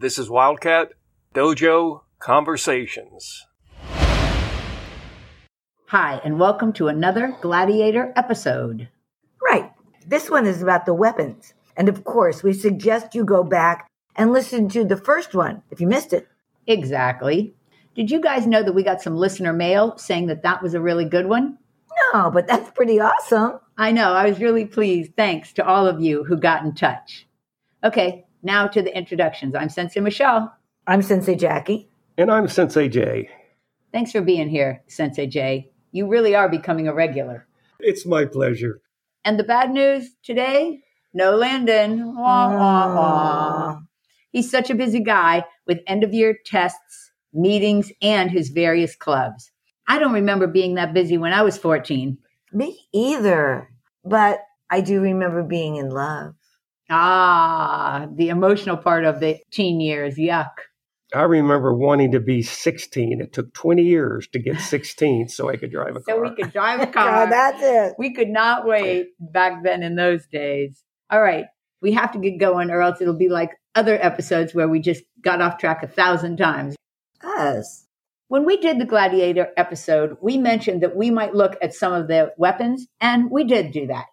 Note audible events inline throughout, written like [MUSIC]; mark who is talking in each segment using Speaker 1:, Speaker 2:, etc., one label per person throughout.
Speaker 1: This is Wildcat Dojo Conversations.
Speaker 2: Hi, and welcome to another Gladiator episode.
Speaker 3: Right. This one is about the weapons. And of course, we suggest you go back and listen to the first one if you missed it.
Speaker 2: Exactly. Did you guys know that we got some listener mail saying that that was a really good one?
Speaker 3: No, but that's pretty awesome.
Speaker 2: I know, I was really pleased. Thanks to all of you who got in touch. Okay, now to the introductions. I'm Sensei Michelle.
Speaker 3: I'm Sensei Jackie.
Speaker 1: And I'm Sensei J.
Speaker 2: Thanks for being here, Sensei J. You really are becoming a regular.
Speaker 4: It's my pleasure.
Speaker 2: And the bad news today no Landon. Wah, wah, wah. He's such a busy guy with end of year tests, meetings, and his various clubs. I don't remember being that busy when I was 14.
Speaker 3: Me either. But I do remember being in love.
Speaker 2: Ah, the emotional part of the teen years. Yuck.
Speaker 4: I remember wanting to be 16. It took 20 years to get 16 so I could drive a
Speaker 2: So
Speaker 4: car.
Speaker 2: we could drive a
Speaker 3: Yeah,
Speaker 2: car.
Speaker 3: Oh, that's it.
Speaker 2: we could not wait back then in those days. All right, we have to get going, or else it'll be like other episodes where we just got off track a thousand times.
Speaker 3: Us.
Speaker 2: When we did the Gladiator episode, we mentioned that we might look at some of the weapons, and we did do that.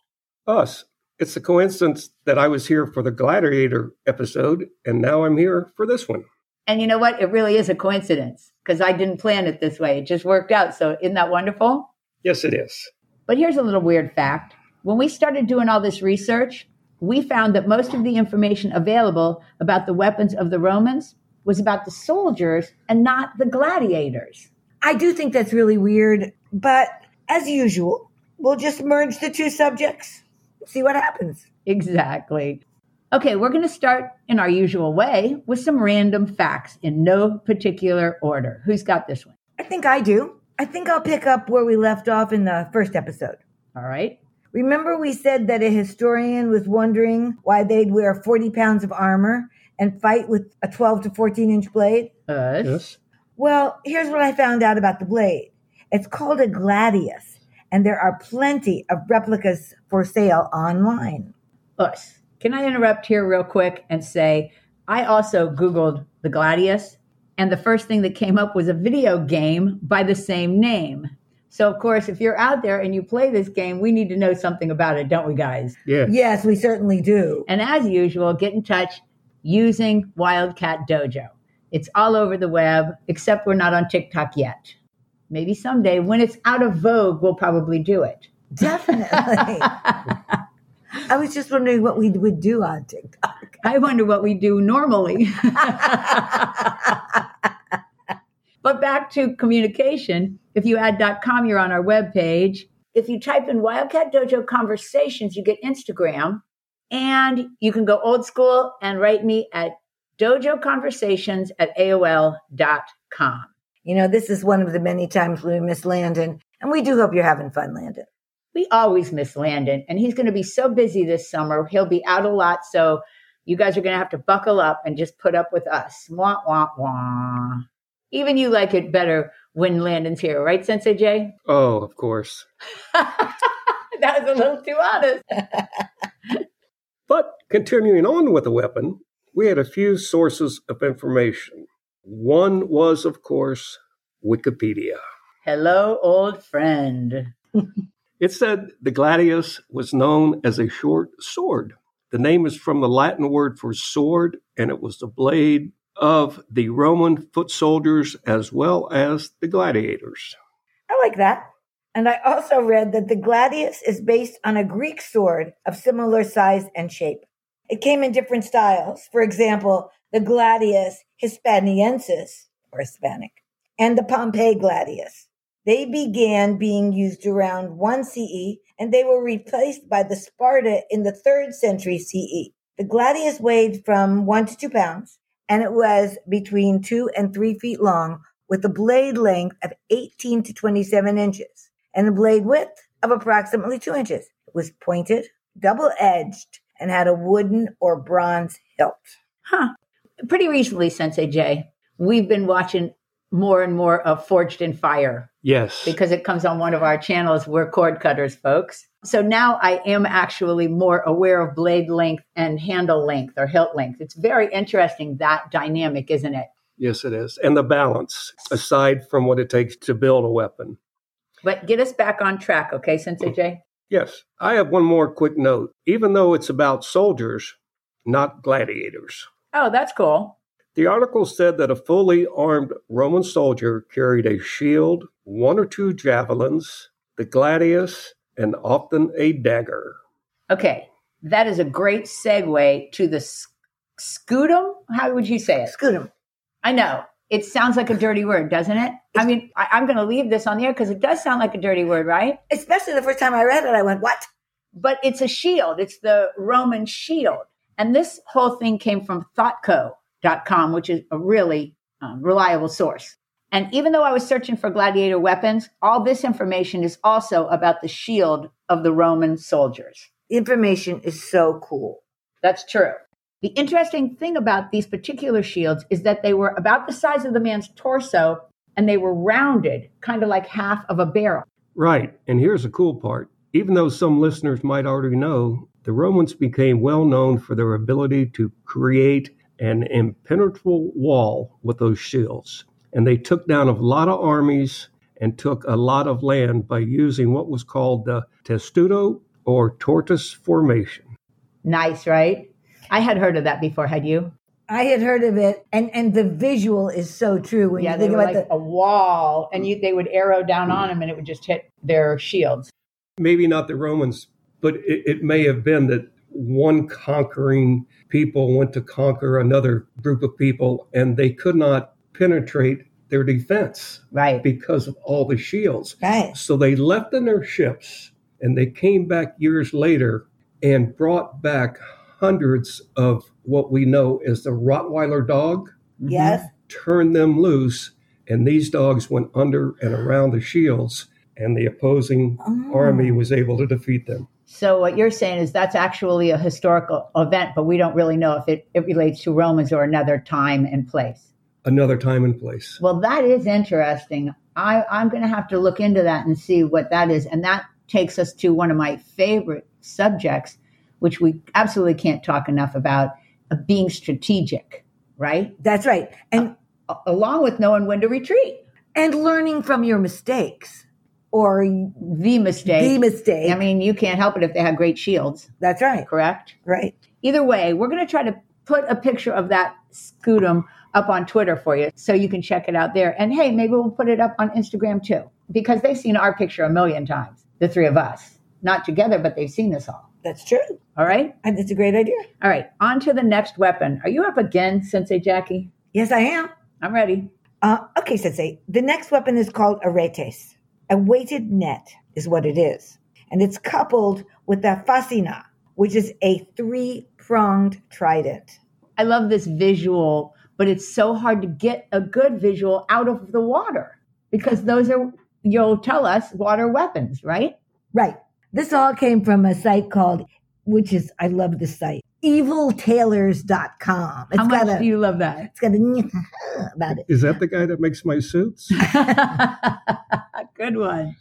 Speaker 4: Us. It's a coincidence that I was here for the Gladiator episode, and now I'm here for this one.
Speaker 2: And you know what? It really is a coincidence because I didn't plan it this way. It just worked out. So, isn't that wonderful?
Speaker 4: Yes, it is.
Speaker 2: But here's a little weird fact. When we started doing all this research, we found that most of the information available about the weapons of the Romans was about the soldiers and not the gladiators.
Speaker 3: I do think that's really weird. But as usual, we'll just merge the two subjects, see what happens.
Speaker 2: Exactly. Okay, we're going to start in our usual way with some random facts in no particular order. Who's got this one?
Speaker 3: I think I do. I think I'll pick up where we left off in the first episode.
Speaker 2: All right.
Speaker 3: Remember, we said that a historian was wondering why they'd wear 40 pounds of armor and fight with a 12 to 14 inch blade?
Speaker 2: Us.
Speaker 4: Yes.
Speaker 3: Well, here's what I found out about the blade it's called a gladius, and there are plenty of replicas for sale online.
Speaker 2: us. Can I interrupt here real quick and say I also Googled the Gladius, and the first thing that came up was a video game by the same name. So, of course, if you're out there and you play this game, we need to know something about it, don't we, guys?
Speaker 4: Yeah.
Speaker 3: Yes, we certainly
Speaker 2: [LAUGHS]
Speaker 3: do.
Speaker 2: And as usual, get in touch using Wildcat Dojo. It's all over the web, except we're not on TikTok yet. Maybe someday when it's out of vogue, we'll probably do it.
Speaker 3: Definitely. I was just wondering what we would do on TikTok.
Speaker 2: I wonder what we do normally. [LAUGHS] but back to communication. If you add .com, you're on our webpage. If you type in Wildcat Dojo Conversations, you get Instagram. And you can go old school and write me at dojoconversations at AOL.com.
Speaker 3: You know, this is one of the many times we miss Landon, and we do hope you're having fun, Landon.
Speaker 2: We always miss Landon, and he's going to be so busy this summer. He'll be out a lot. So you guys are going to have to buckle up and just put up with us. Wah, wah, wah. Even you like it better when Landon's here, right, Sensei Jay?
Speaker 4: Oh, of course.
Speaker 2: [LAUGHS] that was a little too honest.
Speaker 4: But continuing on with the weapon, we had a few sources of information. One was, of course, Wikipedia.
Speaker 2: Hello, old friend.
Speaker 4: It said the gladius was known as a short sword. The name is from the Latin word for sword, and it was the blade of the Roman foot soldiers as well as the gladiators.
Speaker 3: I like that. And I also read that the gladius is based on a Greek sword of similar size and shape. It came in different styles. For example, the gladius hispaniensis, or Hispanic, and the Pompeii gladius. They began being used around 1 CE and they were replaced by the Sparta in the 3rd century CE. The gladius weighed from 1 to 2 pounds and it was between 2 and 3 feet long with a blade length of 18 to 27 inches and a blade width of approximately 2 inches. It was pointed, double edged, and had a wooden or bronze hilt.
Speaker 2: Pretty recently, Sensei Jay, we've been watching more and more of Forged in Fire
Speaker 4: Yes.
Speaker 2: because it comes on one of our channels. We're cord cutters, folks. So now I am actually more aware of blade length and handle length or hilt length. It's very interesting that dynamic, isn't it?
Speaker 4: yes, it is. And the balance, aside from what it takes to build a weapon.
Speaker 2: But get us back on track, okay, Sensei Jay?
Speaker 4: Yes. I have one more quick note. Even though it's about soldiers, not gladiators,
Speaker 2: Oh, that's cool.
Speaker 4: the article said that a fully armed Roman soldier carried a shield, one or two javelins, the gladius, and often a dagger.
Speaker 2: Okay, that is a great segue to the sc- scutum. How would you say it?
Speaker 3: Scoot him.
Speaker 2: I know. It sounds like a dirty word, doesn't it? I mean, I, I'm going to leave this on the air because it does sound like a dirty word, right?
Speaker 3: Especially the first time I read it, I went, "What?"
Speaker 2: But it's a shield, it's the Roman shield. And this whole thing came from thoughtco.com, which is a really um, reliable source. And even though I was searching for gladiator weapons, all this information is also about the shield of the Roman soldiers.
Speaker 3: The information is so cool.
Speaker 2: That's true. The interesting thing about these particular shields is that they were about the size of the man's torso and they were rounded, kind of like half of a barrel.
Speaker 4: Right. And here's the cool part. Even though some listeners might already know, the Romans became well known for their ability to create an impenetrable wall with those shields. And they took down a lot of armies and took a lot of land by using what was called the testudo or tortoise formation.
Speaker 2: Nice, right? I had heard of that before, had you?
Speaker 3: I had heard of it, and and the visual is so true when
Speaker 2: yeah,
Speaker 3: you
Speaker 2: they
Speaker 3: think
Speaker 2: were
Speaker 3: about
Speaker 2: like
Speaker 3: the.
Speaker 2: a wall, and you, they would arrow down on them, and it would just hit their shields.
Speaker 4: maybe not the Romans, but it, it may have been that one conquering people went to conquer another group of people and they could not penetrate their defense
Speaker 2: Right.
Speaker 4: because of all the shields.
Speaker 3: Right.
Speaker 4: So they left in their ships and they came back years later and brought back hundreds of what we know as the Rottweiler dog,
Speaker 2: Mm-hmm.
Speaker 3: Yes.
Speaker 4: turned them loose, and these dogs went under and around the shields, and the opposing
Speaker 3: Oh.
Speaker 4: army was able to defeat them.
Speaker 2: So what you're saying is that's actually a historical event, but we don't really know if it, it relates to Romans or another time and place.
Speaker 4: Another time and place.
Speaker 2: Well, that is interesting. I, I'm going to have to look into that and see what that is. And that takes us to one of my favorite subjects, which we absolutely can't talk enough about uh, being strategic, right?
Speaker 3: Oh, That's right, and
Speaker 2: A- along with knowing when to retreat.
Speaker 3: and learning from your mistakes or
Speaker 2: The
Speaker 3: the
Speaker 2: mistake.
Speaker 3: mistake.
Speaker 2: I mean, you can't help it if they have great shields,
Speaker 3: that's right.
Speaker 2: correct?
Speaker 3: Right.
Speaker 2: Either way, we're going to try to put a picture of that scutum up on Twitter for you so you can check it out there. And hey, maybe we'll put it up on Instagram too, because they've seen our picture a million times, the three of us, not together, but they've seen this all.
Speaker 3: That's true.
Speaker 2: All right.
Speaker 3: And That's a great idea.
Speaker 2: All right. On to the next weapon. Are you up again, Sensei Jackie?
Speaker 3: Yes, I am.
Speaker 2: I'm ready.
Speaker 3: Uh, okay, Sensei. The next weapon is called aretes. A weighted net is what it is. And it's coupled with a fascina, which is a three pronged trident.
Speaker 2: I love this visual, but it's so hard to get a good visual out of the water because those are, you'll tell us, water weapons, right?
Speaker 3: Right. This all came from a site called, which is, I love this site, eviltailors.com. It's
Speaker 2: How
Speaker 3: got
Speaker 2: much
Speaker 3: a,
Speaker 2: do you love that?
Speaker 3: [LAUGHS] it's got a [LAUGHS] about it.
Speaker 4: Is that the guy that makes my suits?
Speaker 2: Good one.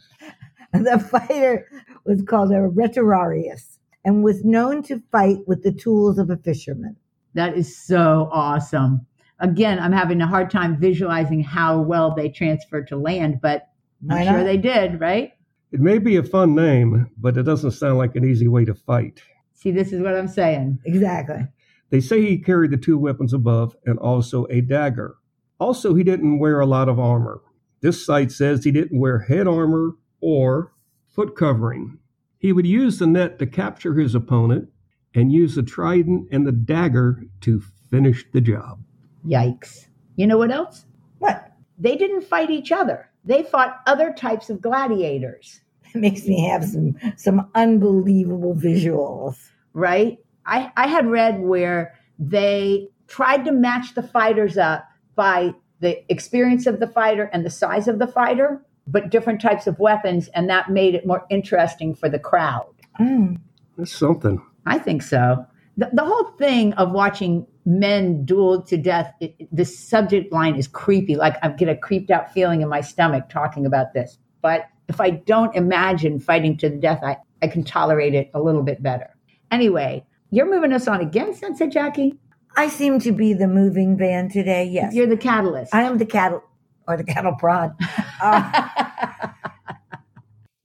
Speaker 3: The fighter was called a retorarius and was known to fight with the tools of a fisherman.
Speaker 2: That is so awesome. Again, I'm having a hard time visualizing how well they transfer to land, but
Speaker 3: Why
Speaker 2: I'm sure
Speaker 3: not?
Speaker 2: they did, right?
Speaker 4: it may be a fun name, but it doesn't sound like an easy way to fight.
Speaker 2: See, this is what I'm saying.
Speaker 3: Exactly.
Speaker 4: They say he carried the two weapons above and also a dagger. Also, he didn't wear a lot of armor. This site says he didn't wear head armor or foot covering. He would use the net to capture his opponent and use the trident and the dagger to finish the job.
Speaker 2: Yikes. You know what else?
Speaker 3: What?
Speaker 2: They didn't fight each other, they fought other types of gladiators,
Speaker 3: It makes me have some some unbelievable visuals.
Speaker 2: right? I, I had read where they tried to match the fighters up by the experience of the fighter and the size of the fighter, but different types of weapons, and that made it more interesting for the crowd.
Speaker 3: Mm.
Speaker 4: That's something.
Speaker 2: I think so. the, the whole thing of watching men duel to death, it, it- the subject line is creepy. Like I get a creeped out feeling in my stomach talking about this. But if I don't imagine fighting to the death, I, I can tolerate it a little bit better. Anyway, you're moving us on again, Sensei Jackie.
Speaker 3: I seem to be the moving van today. Yes.
Speaker 2: You're the catalyst.
Speaker 3: I am the cattle or the cattle prod. Uh,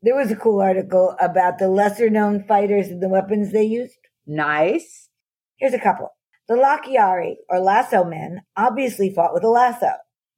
Speaker 3: there was a cool article about the lesser known fighters and the weapons they used.
Speaker 2: nice.
Speaker 3: Here's a couple. The Lakiari or lasso men obviously fought with a lasso.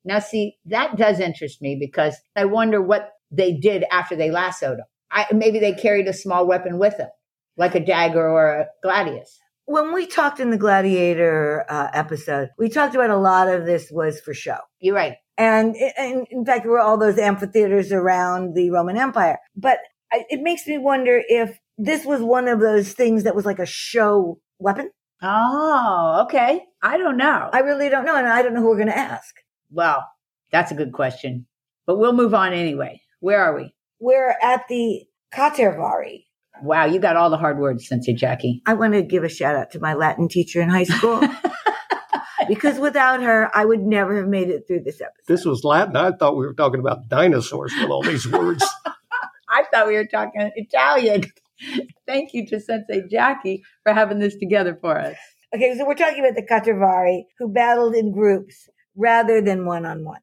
Speaker 2: Now, see, that does interest me because I wonder what they did after they lassoed him. I, maybe they carried a small weapon with them, like a dagger or a gladius.
Speaker 3: When we talked in the gladiator uh, episode, we talked about a lot of this was for show.
Speaker 2: You're right.
Speaker 3: And, and in fact, there were all those amphitheaters around the Roman Empire. But I, it makes me wonder if this was one of those things that was like a show weapon.
Speaker 2: Oh, okay. I don't know.
Speaker 3: I really don't know. And I don't know who we're going to ask.
Speaker 2: well, that's a good question, but we'll move on anyway. Where are we?
Speaker 3: We're at the Katervari.
Speaker 2: Wow, you got all the hard words, Sensei Jackie.
Speaker 3: I want to give a shout out to my Latin teacher in high school because without her, I would never have made it through this episode.
Speaker 4: This was Latin. I thought we were talking about dinosaurs with all these words.
Speaker 2: I thought we were talking Italian. [LAUGHS] Thank you to Sensei Jackie for having this together for us.
Speaker 3: Okay, so we're talking about the Katervari who battled in groups rather than one on one.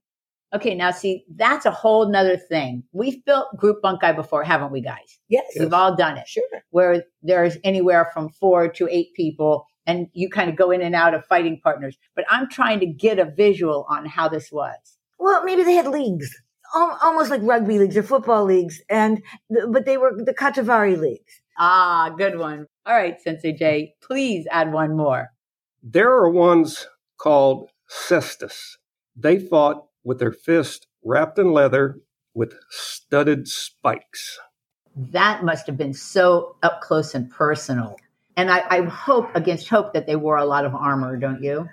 Speaker 2: Okay, now see, that's a whole nother thing. We've built group bunkai before, haven't we, guys?
Speaker 3: Yes,
Speaker 2: We've all done it,
Speaker 3: sure.
Speaker 2: where there's anywhere from four to eight people, and you kind of go in and out of fighting partners. But I'm trying to get a visual on how this was.
Speaker 3: Well, maybe they had leagues, al- almost like rugby leagues or football leagues, and the, but they were the Katervari leagues.
Speaker 2: Ah, good one. All right, Sensei J, please add one more.
Speaker 4: [LAUGHS] There are ones called cestus. They fought with their fist wrapped in leather with studded spikes.
Speaker 2: That must have been so up close and personal. And I, I hope against hope that they wore a lot of armor, don't you?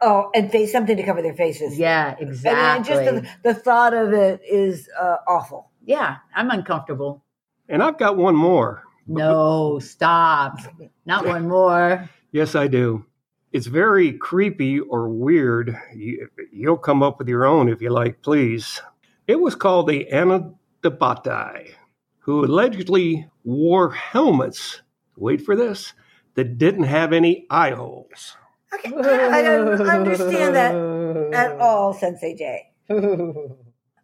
Speaker 3: Oh, and face something to cover their faces.
Speaker 2: Yeah,
Speaker 3: I mean, I
Speaker 2: exactly.
Speaker 3: just the, the thought of it is uh, awful.
Speaker 2: yeah, I'm uncomfortable.
Speaker 4: And I've got one more.
Speaker 2: No, stop. Not one more.
Speaker 4: Yes, I do. It's very creepy or weird. You, you'll come up with your own if you like, please. It was called the Anadabatai, who allegedly wore helmets. Wait for this. That didn't have any eye holes.
Speaker 3: Okay, [LAUGHS] I I don't understand that at [LAUGHS] all, Sensei J.
Speaker 2: [LAUGHS]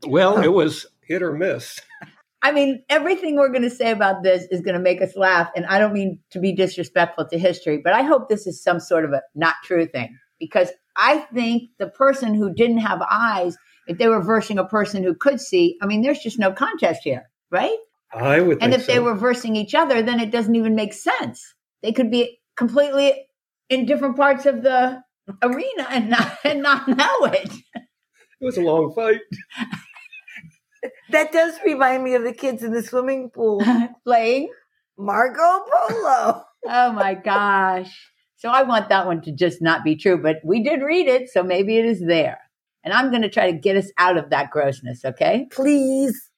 Speaker 4: Well, it was hit or miss.
Speaker 2: I mean, everything we're going to say about this is going to make us laugh. And I don't mean to be disrespectful to history, but I hope this is some sort of a not true thing because I think the person who didn't have eyes, if they were versing a person who could see, I mean, there's just no contest here, right?
Speaker 4: I would
Speaker 2: And
Speaker 4: think
Speaker 2: if they
Speaker 4: so.
Speaker 2: were versing each other, then it doesn't even make sense. They could be completely in different parts of the arena and not, and not know it. [LAUGHS]
Speaker 4: It was a long fight.
Speaker 3: That does remind me of the kids in the swimming [LAUGHS] pool.
Speaker 2: Playing.
Speaker 3: Margot Polo.
Speaker 2: Oh my gosh. So I want that one to just not be true, but we did read it, so maybe it is there. And I'm going to try to get us out of that grossness, okay?
Speaker 3: Please.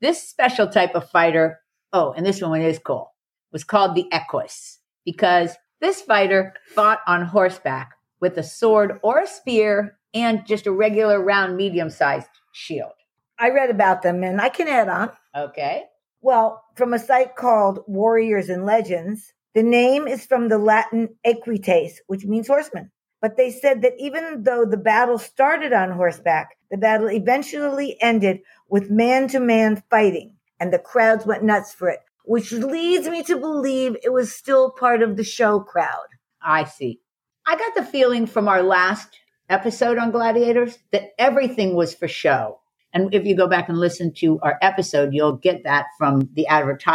Speaker 2: This special type of fighter, oh, and this one is cool, was called the equus because this fighter fought on horseback with a sword or a spear and just a regular round medium sized shield.
Speaker 3: I read about them and I can add on.
Speaker 2: Okay.
Speaker 3: Well, from a site called Warriors and Legends, the name is from the Latin equites, which means horseman. But they said that even though the battle started on horseback, the battle eventually ended with man to man fighting and the crowds went nuts for it, which leads me to believe it was still part of the show crowd.
Speaker 2: I see. I got the feeling from our last episode on gladiators that everything was for show. And if you go back and listen to our episode, you'll get that from the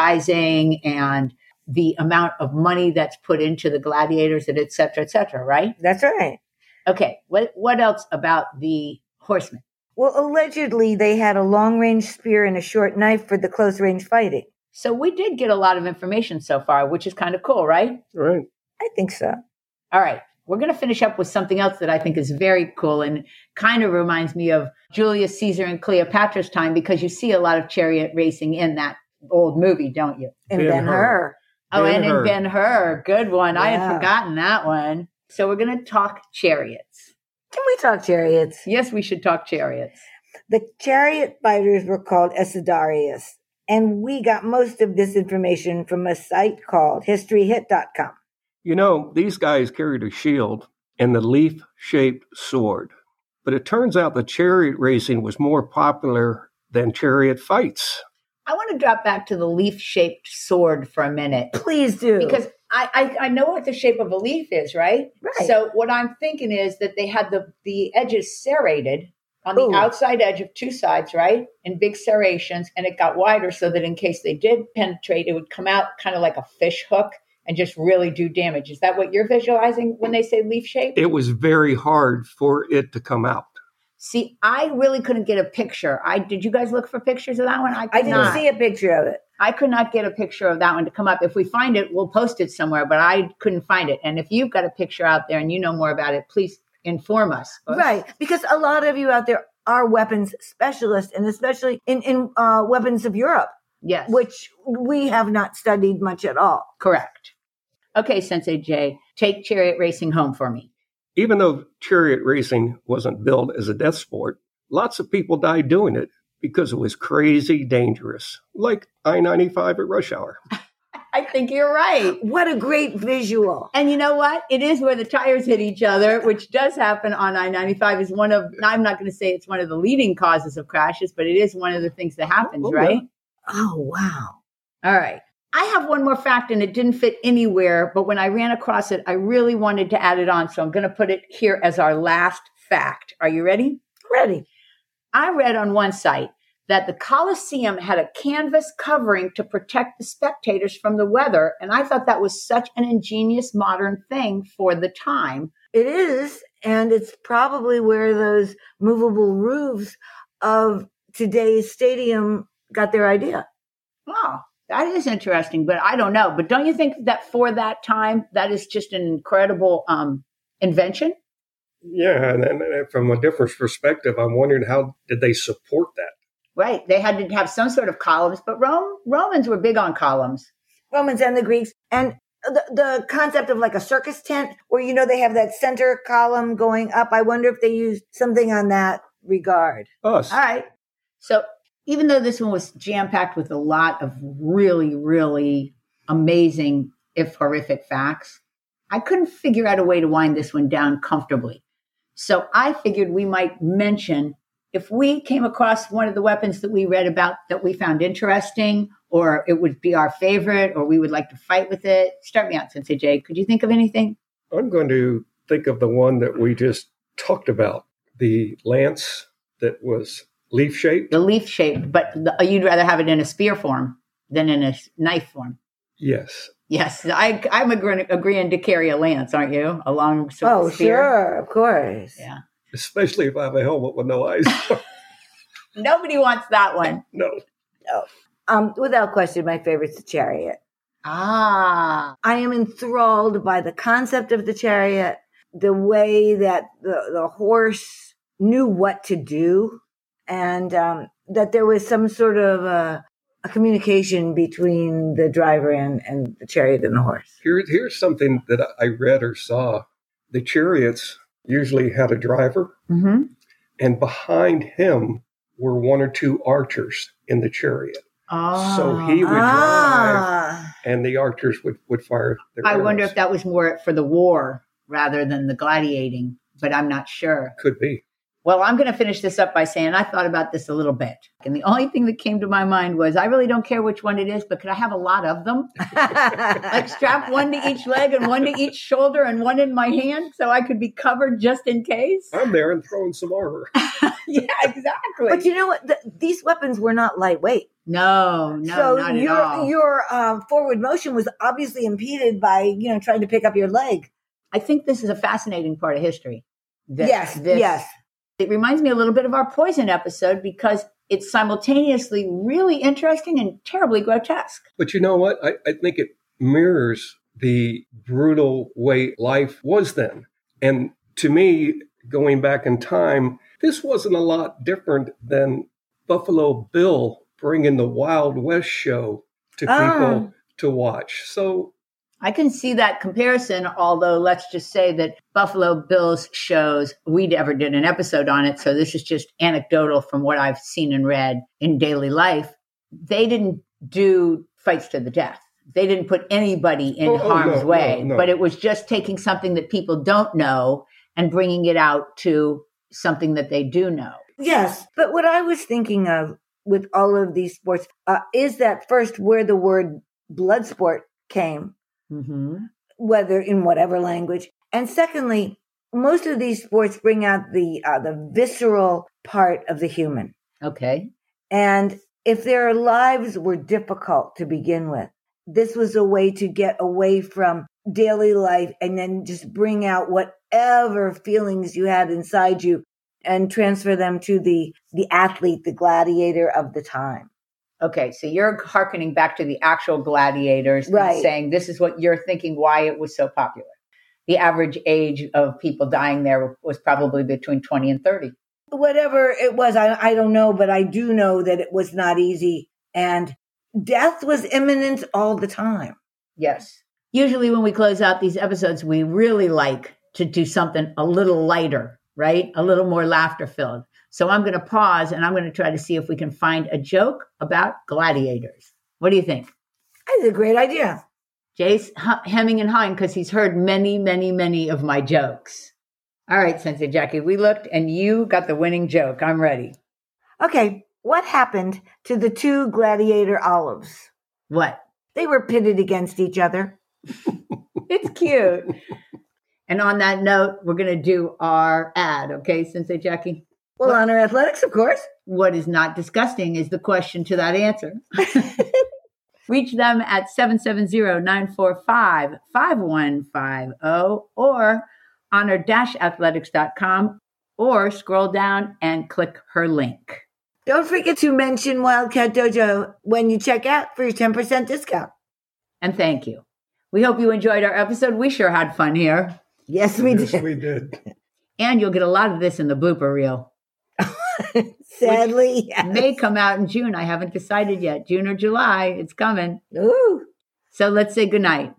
Speaker 2: advertising and the amount of money that's put into the gladiators and et cetera, et cetera, right?
Speaker 3: That's right.
Speaker 2: Okay. What, what else about the horsemen?
Speaker 3: Well, allegedly, they had a long range spear and a short knife for the close range fighting.
Speaker 2: So we did get a lot of information so far, which is kind of cool, right?
Speaker 4: Right.
Speaker 3: I think so.
Speaker 2: All right. We're going to finish up with something else that I think is very cool and kind of reminds me of Julius Caesar and Cleopatra's time because you see a lot of chariot racing in that old movie, don't you?
Speaker 3: And
Speaker 4: Ben
Speaker 3: Ben
Speaker 4: Hur.
Speaker 3: Hur.
Speaker 2: Oh, and
Speaker 4: Ben-Hur.
Speaker 2: in Ben Hur. Good one. I had
Speaker 3: Yeah.
Speaker 2: forgotten that one. So we're going to talk chariots.
Speaker 3: Can we talk chariots?
Speaker 2: Yes, we should talk chariots.
Speaker 3: The chariot fighters were called Esidarius, and we got most of this information from a site called historyhit.com.
Speaker 4: You know, these guys carried a shield and the leaf shaped sword. But it turns out that chariot racing was more popular than chariot fights.
Speaker 2: I want to drop back to the leaf shaped sword for a minute
Speaker 3: Please do.
Speaker 2: because I, I, I know what the shape of a leaf is, right?
Speaker 3: Right.
Speaker 2: So what I'm thinking is that they had the, the edges serrated on the
Speaker 3: Ooh.
Speaker 2: outside edge of two sides, right? In big serrations, and it got wider so that in case they did penetrate, it would come out kind of like a fish hook and just really do damage. Is that what you're visualizing when they say leaf shape?
Speaker 4: It was very hard for it to come out.
Speaker 2: See, I really couldn't get a picture. I did you guys look for pictures of that one? I could
Speaker 3: I didn't
Speaker 2: not.
Speaker 3: see a picture of it.
Speaker 2: I could not get a picture of that one to come up. If we find it, we'll post it somewhere, but I couldn't find it. And if you've got a picture out there and you know more about it, please inform us.
Speaker 3: Right, because a lot of you out there are weapons specialists, and especially in, in uh, weapons of Europe,
Speaker 2: Yes.
Speaker 3: which we have not studied much at all.
Speaker 2: correct. Okay, Sensei J, take chariot racing home for me.
Speaker 4: Even though chariot racing wasn't billed as a death sport, lots of people died doing it because it was crazy dangerous, like I 95 at rush hour.
Speaker 2: I think you're right.
Speaker 3: What a great visual.
Speaker 2: And you know what? It is where the tires hit each other, which does happen on I 95 is one of I'm not going to say it's one of the leading causes of crashes, but it is one of the things that happens,
Speaker 4: Oh, yeah.
Speaker 2: right?
Speaker 3: Oh, wow.
Speaker 2: All right. I have one more fact and it didn't fit anywhere, but when I ran across it, I really wanted to add it on. So I'm going to put it here as our last fact. Are you ready?
Speaker 3: Ready.
Speaker 2: I read on one site that the Colosseum had a canvas covering to protect the spectators from the weather. And I thought that was such an ingenious modern thing for the time.
Speaker 3: It is, and it's probably where those movable roofs of today's stadium got their idea.
Speaker 2: Wow. That is interesting, but I don't know. But don't you think that for that time, that is just an incredible um, invention?
Speaker 4: Yeah, and, and- and from a different perspective, I'm wondering how did they support that?
Speaker 2: Right. They had to have some sort of columns, but Rome Romans were big on columns.
Speaker 3: Romans and the Greeks, and the, the concept of like a circus tent where you know they have that center column going up. I wonder if they used something on that regard.
Speaker 4: Us.
Speaker 2: All right. So even though this one was jam packed with a lot of really, really amazing, if horrific facts, I couldn't figure out a way to wind this one down comfortably. So I figured we might mention if we came across one of the weapons that we read about that we found interesting, or it would be our favorite, or we would like to fight with it. Start me out, Sensei Jay. Could you think of anything?
Speaker 4: I'm going to think of the one that we just talked about the lance that was leaf shaped.
Speaker 2: the leaf shape, but the, you'd rather have it in a spear form than in a s- knife form.
Speaker 4: Yes.
Speaker 2: Yes, I, I'm agreeing, agreeing to carry a lance, aren't you? A long s-
Speaker 3: oh,
Speaker 2: spear.
Speaker 3: sure, of course.
Speaker 2: Yeah.
Speaker 4: Especially if I have a helmet with no
Speaker 2: [LAUGHS]
Speaker 4: eyes.
Speaker 2: Nobody wants that one.
Speaker 4: no.
Speaker 3: Um, without question, my favorite's the chariot.
Speaker 2: Ah,
Speaker 3: I am enthralled by the concept of the chariot, the way that the, the horse knew what to do, and um, that there was some sort of a, a communication between the driver and, and the chariot and the horse.
Speaker 4: Here, here's something that I read or saw. The chariots usually had a driver,
Speaker 3: Mm-hmm.
Speaker 2: hmm
Speaker 4: and behind him were one or two archers in the chariot.
Speaker 2: ah.
Speaker 4: So he would-
Speaker 3: Ah,
Speaker 4: And the archers would, would fire their
Speaker 2: I wonder
Speaker 4: arrows.
Speaker 2: if that was more for the war rather than the gladiating, but I'm not sure.
Speaker 4: could be.
Speaker 2: Well, I'm going to finish this up by saying I thought about this a little bit. And the only thing that came to my mind was I really don't care which one it is, but could I have a lot of them?
Speaker 3: [LAUGHS]
Speaker 2: like strap one to each leg and one to each shoulder and one in my hand so I could be covered just in case. [LAUGHS]
Speaker 4: I'm there and throwing some armor.
Speaker 2: yeah,
Speaker 3: But
Speaker 2: exactly.
Speaker 3: you know what? The, these weapons were not lightweight.
Speaker 2: No, no,
Speaker 3: so
Speaker 2: not at
Speaker 3: your
Speaker 2: all.
Speaker 3: your um, forward motion was obviously impeded by you know trying to pick up your leg.
Speaker 2: I think this is a fascinating part of history. This-
Speaker 3: yes,
Speaker 2: this-
Speaker 3: yes.
Speaker 2: It reminds me a little bit of our poison episode because it's simultaneously really interesting and terribly grotesque.
Speaker 4: But you know what? I, I think it mirrors the brutal way life was then. And to me, going back in time, this wasn't a lot different than Buffalo Bill bringing the Wild West show to
Speaker 3: Ah.
Speaker 4: people to watch. So
Speaker 2: I can see that comparison, although let's just say that Buffalo Bills shows, we never did an episode on it. So this is just anecdotal from what I've seen and read in daily life. They didn't do fights to the death. They didn't put anybody in
Speaker 4: Oh, oh,
Speaker 2: harm's
Speaker 4: no,
Speaker 2: way,
Speaker 4: no, no.
Speaker 2: but it was just taking something that people don't know and bringing it out to something that they do know.
Speaker 3: Yes, but what I was thinking of with all of these sports uh, is that first where the word blood sport came,
Speaker 2: Mm-hmm.
Speaker 3: whether in whatever language, and secondly, most of these sports bring out the uh, the visceral part of the human.
Speaker 2: Okay.
Speaker 3: And if their lives were difficult to begin with, this was a way to get away from daily life and then just bring out whatever feelings you had inside you and transfer them to the, the athlete, the gladiator of the time.
Speaker 2: Okay, so you're hearkening back to the actual gladiators
Speaker 3: Right.
Speaker 2: and saying this is what you're thinking why it was so popular. The average age of people dying there was probably between 20 and 30.
Speaker 3: Whatever it was, I, I don't know, but I do know that it was not easy and death was imminent all the time.
Speaker 2: Yes. Usually, when we close out these episodes, we really like to do something a little lighter, right? A little more laughter filled. So I'm going to pause and I'm going to try to see if we can find a joke about gladiators. What do you think?
Speaker 3: That's a great idea.
Speaker 2: Jay's hu- hemming and hawing because he's heard many, many, many of my jokes. All right, Sensei Jackie, we looked and you got the winning joke. I'm ready.
Speaker 3: Okay, what happened to the two gladiator olives?
Speaker 2: What?
Speaker 3: They were pitted against each other.
Speaker 2: It's cute. and on that note, we're going to do our ad, okay, Sensei Jackie?
Speaker 3: Well, on our athletics, of course.
Speaker 2: What is not disgusting is the question to that answer. Reach them at 770-945-5150 or honor-athletics.com or scroll down and click her link.
Speaker 3: Don't forget to mention Wildcat Dojo when you check out for your 10% discount.
Speaker 2: and thank you. We hope you enjoyed our episode. We sure had fun here.
Speaker 3: Yes, [LAUGHS] we
Speaker 4: yes,
Speaker 3: did.
Speaker 4: we did.
Speaker 2: And you'll get a lot of this in the blooper reel.
Speaker 3: Sadly,
Speaker 2: It
Speaker 3: yes.
Speaker 2: may come out in June. I haven't decided yet. June or July. It's coming.
Speaker 3: Ooh.
Speaker 2: So let's say goodnight.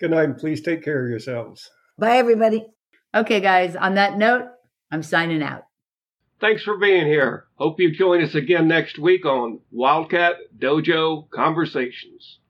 Speaker 4: Good night, and please take care of yourselves.
Speaker 3: Bye, everybody.
Speaker 2: Okay, guys, on that note, I'm signing out.
Speaker 4: Thanks for being here. Hope you join us again next week on Wildcat Dojo Conversations.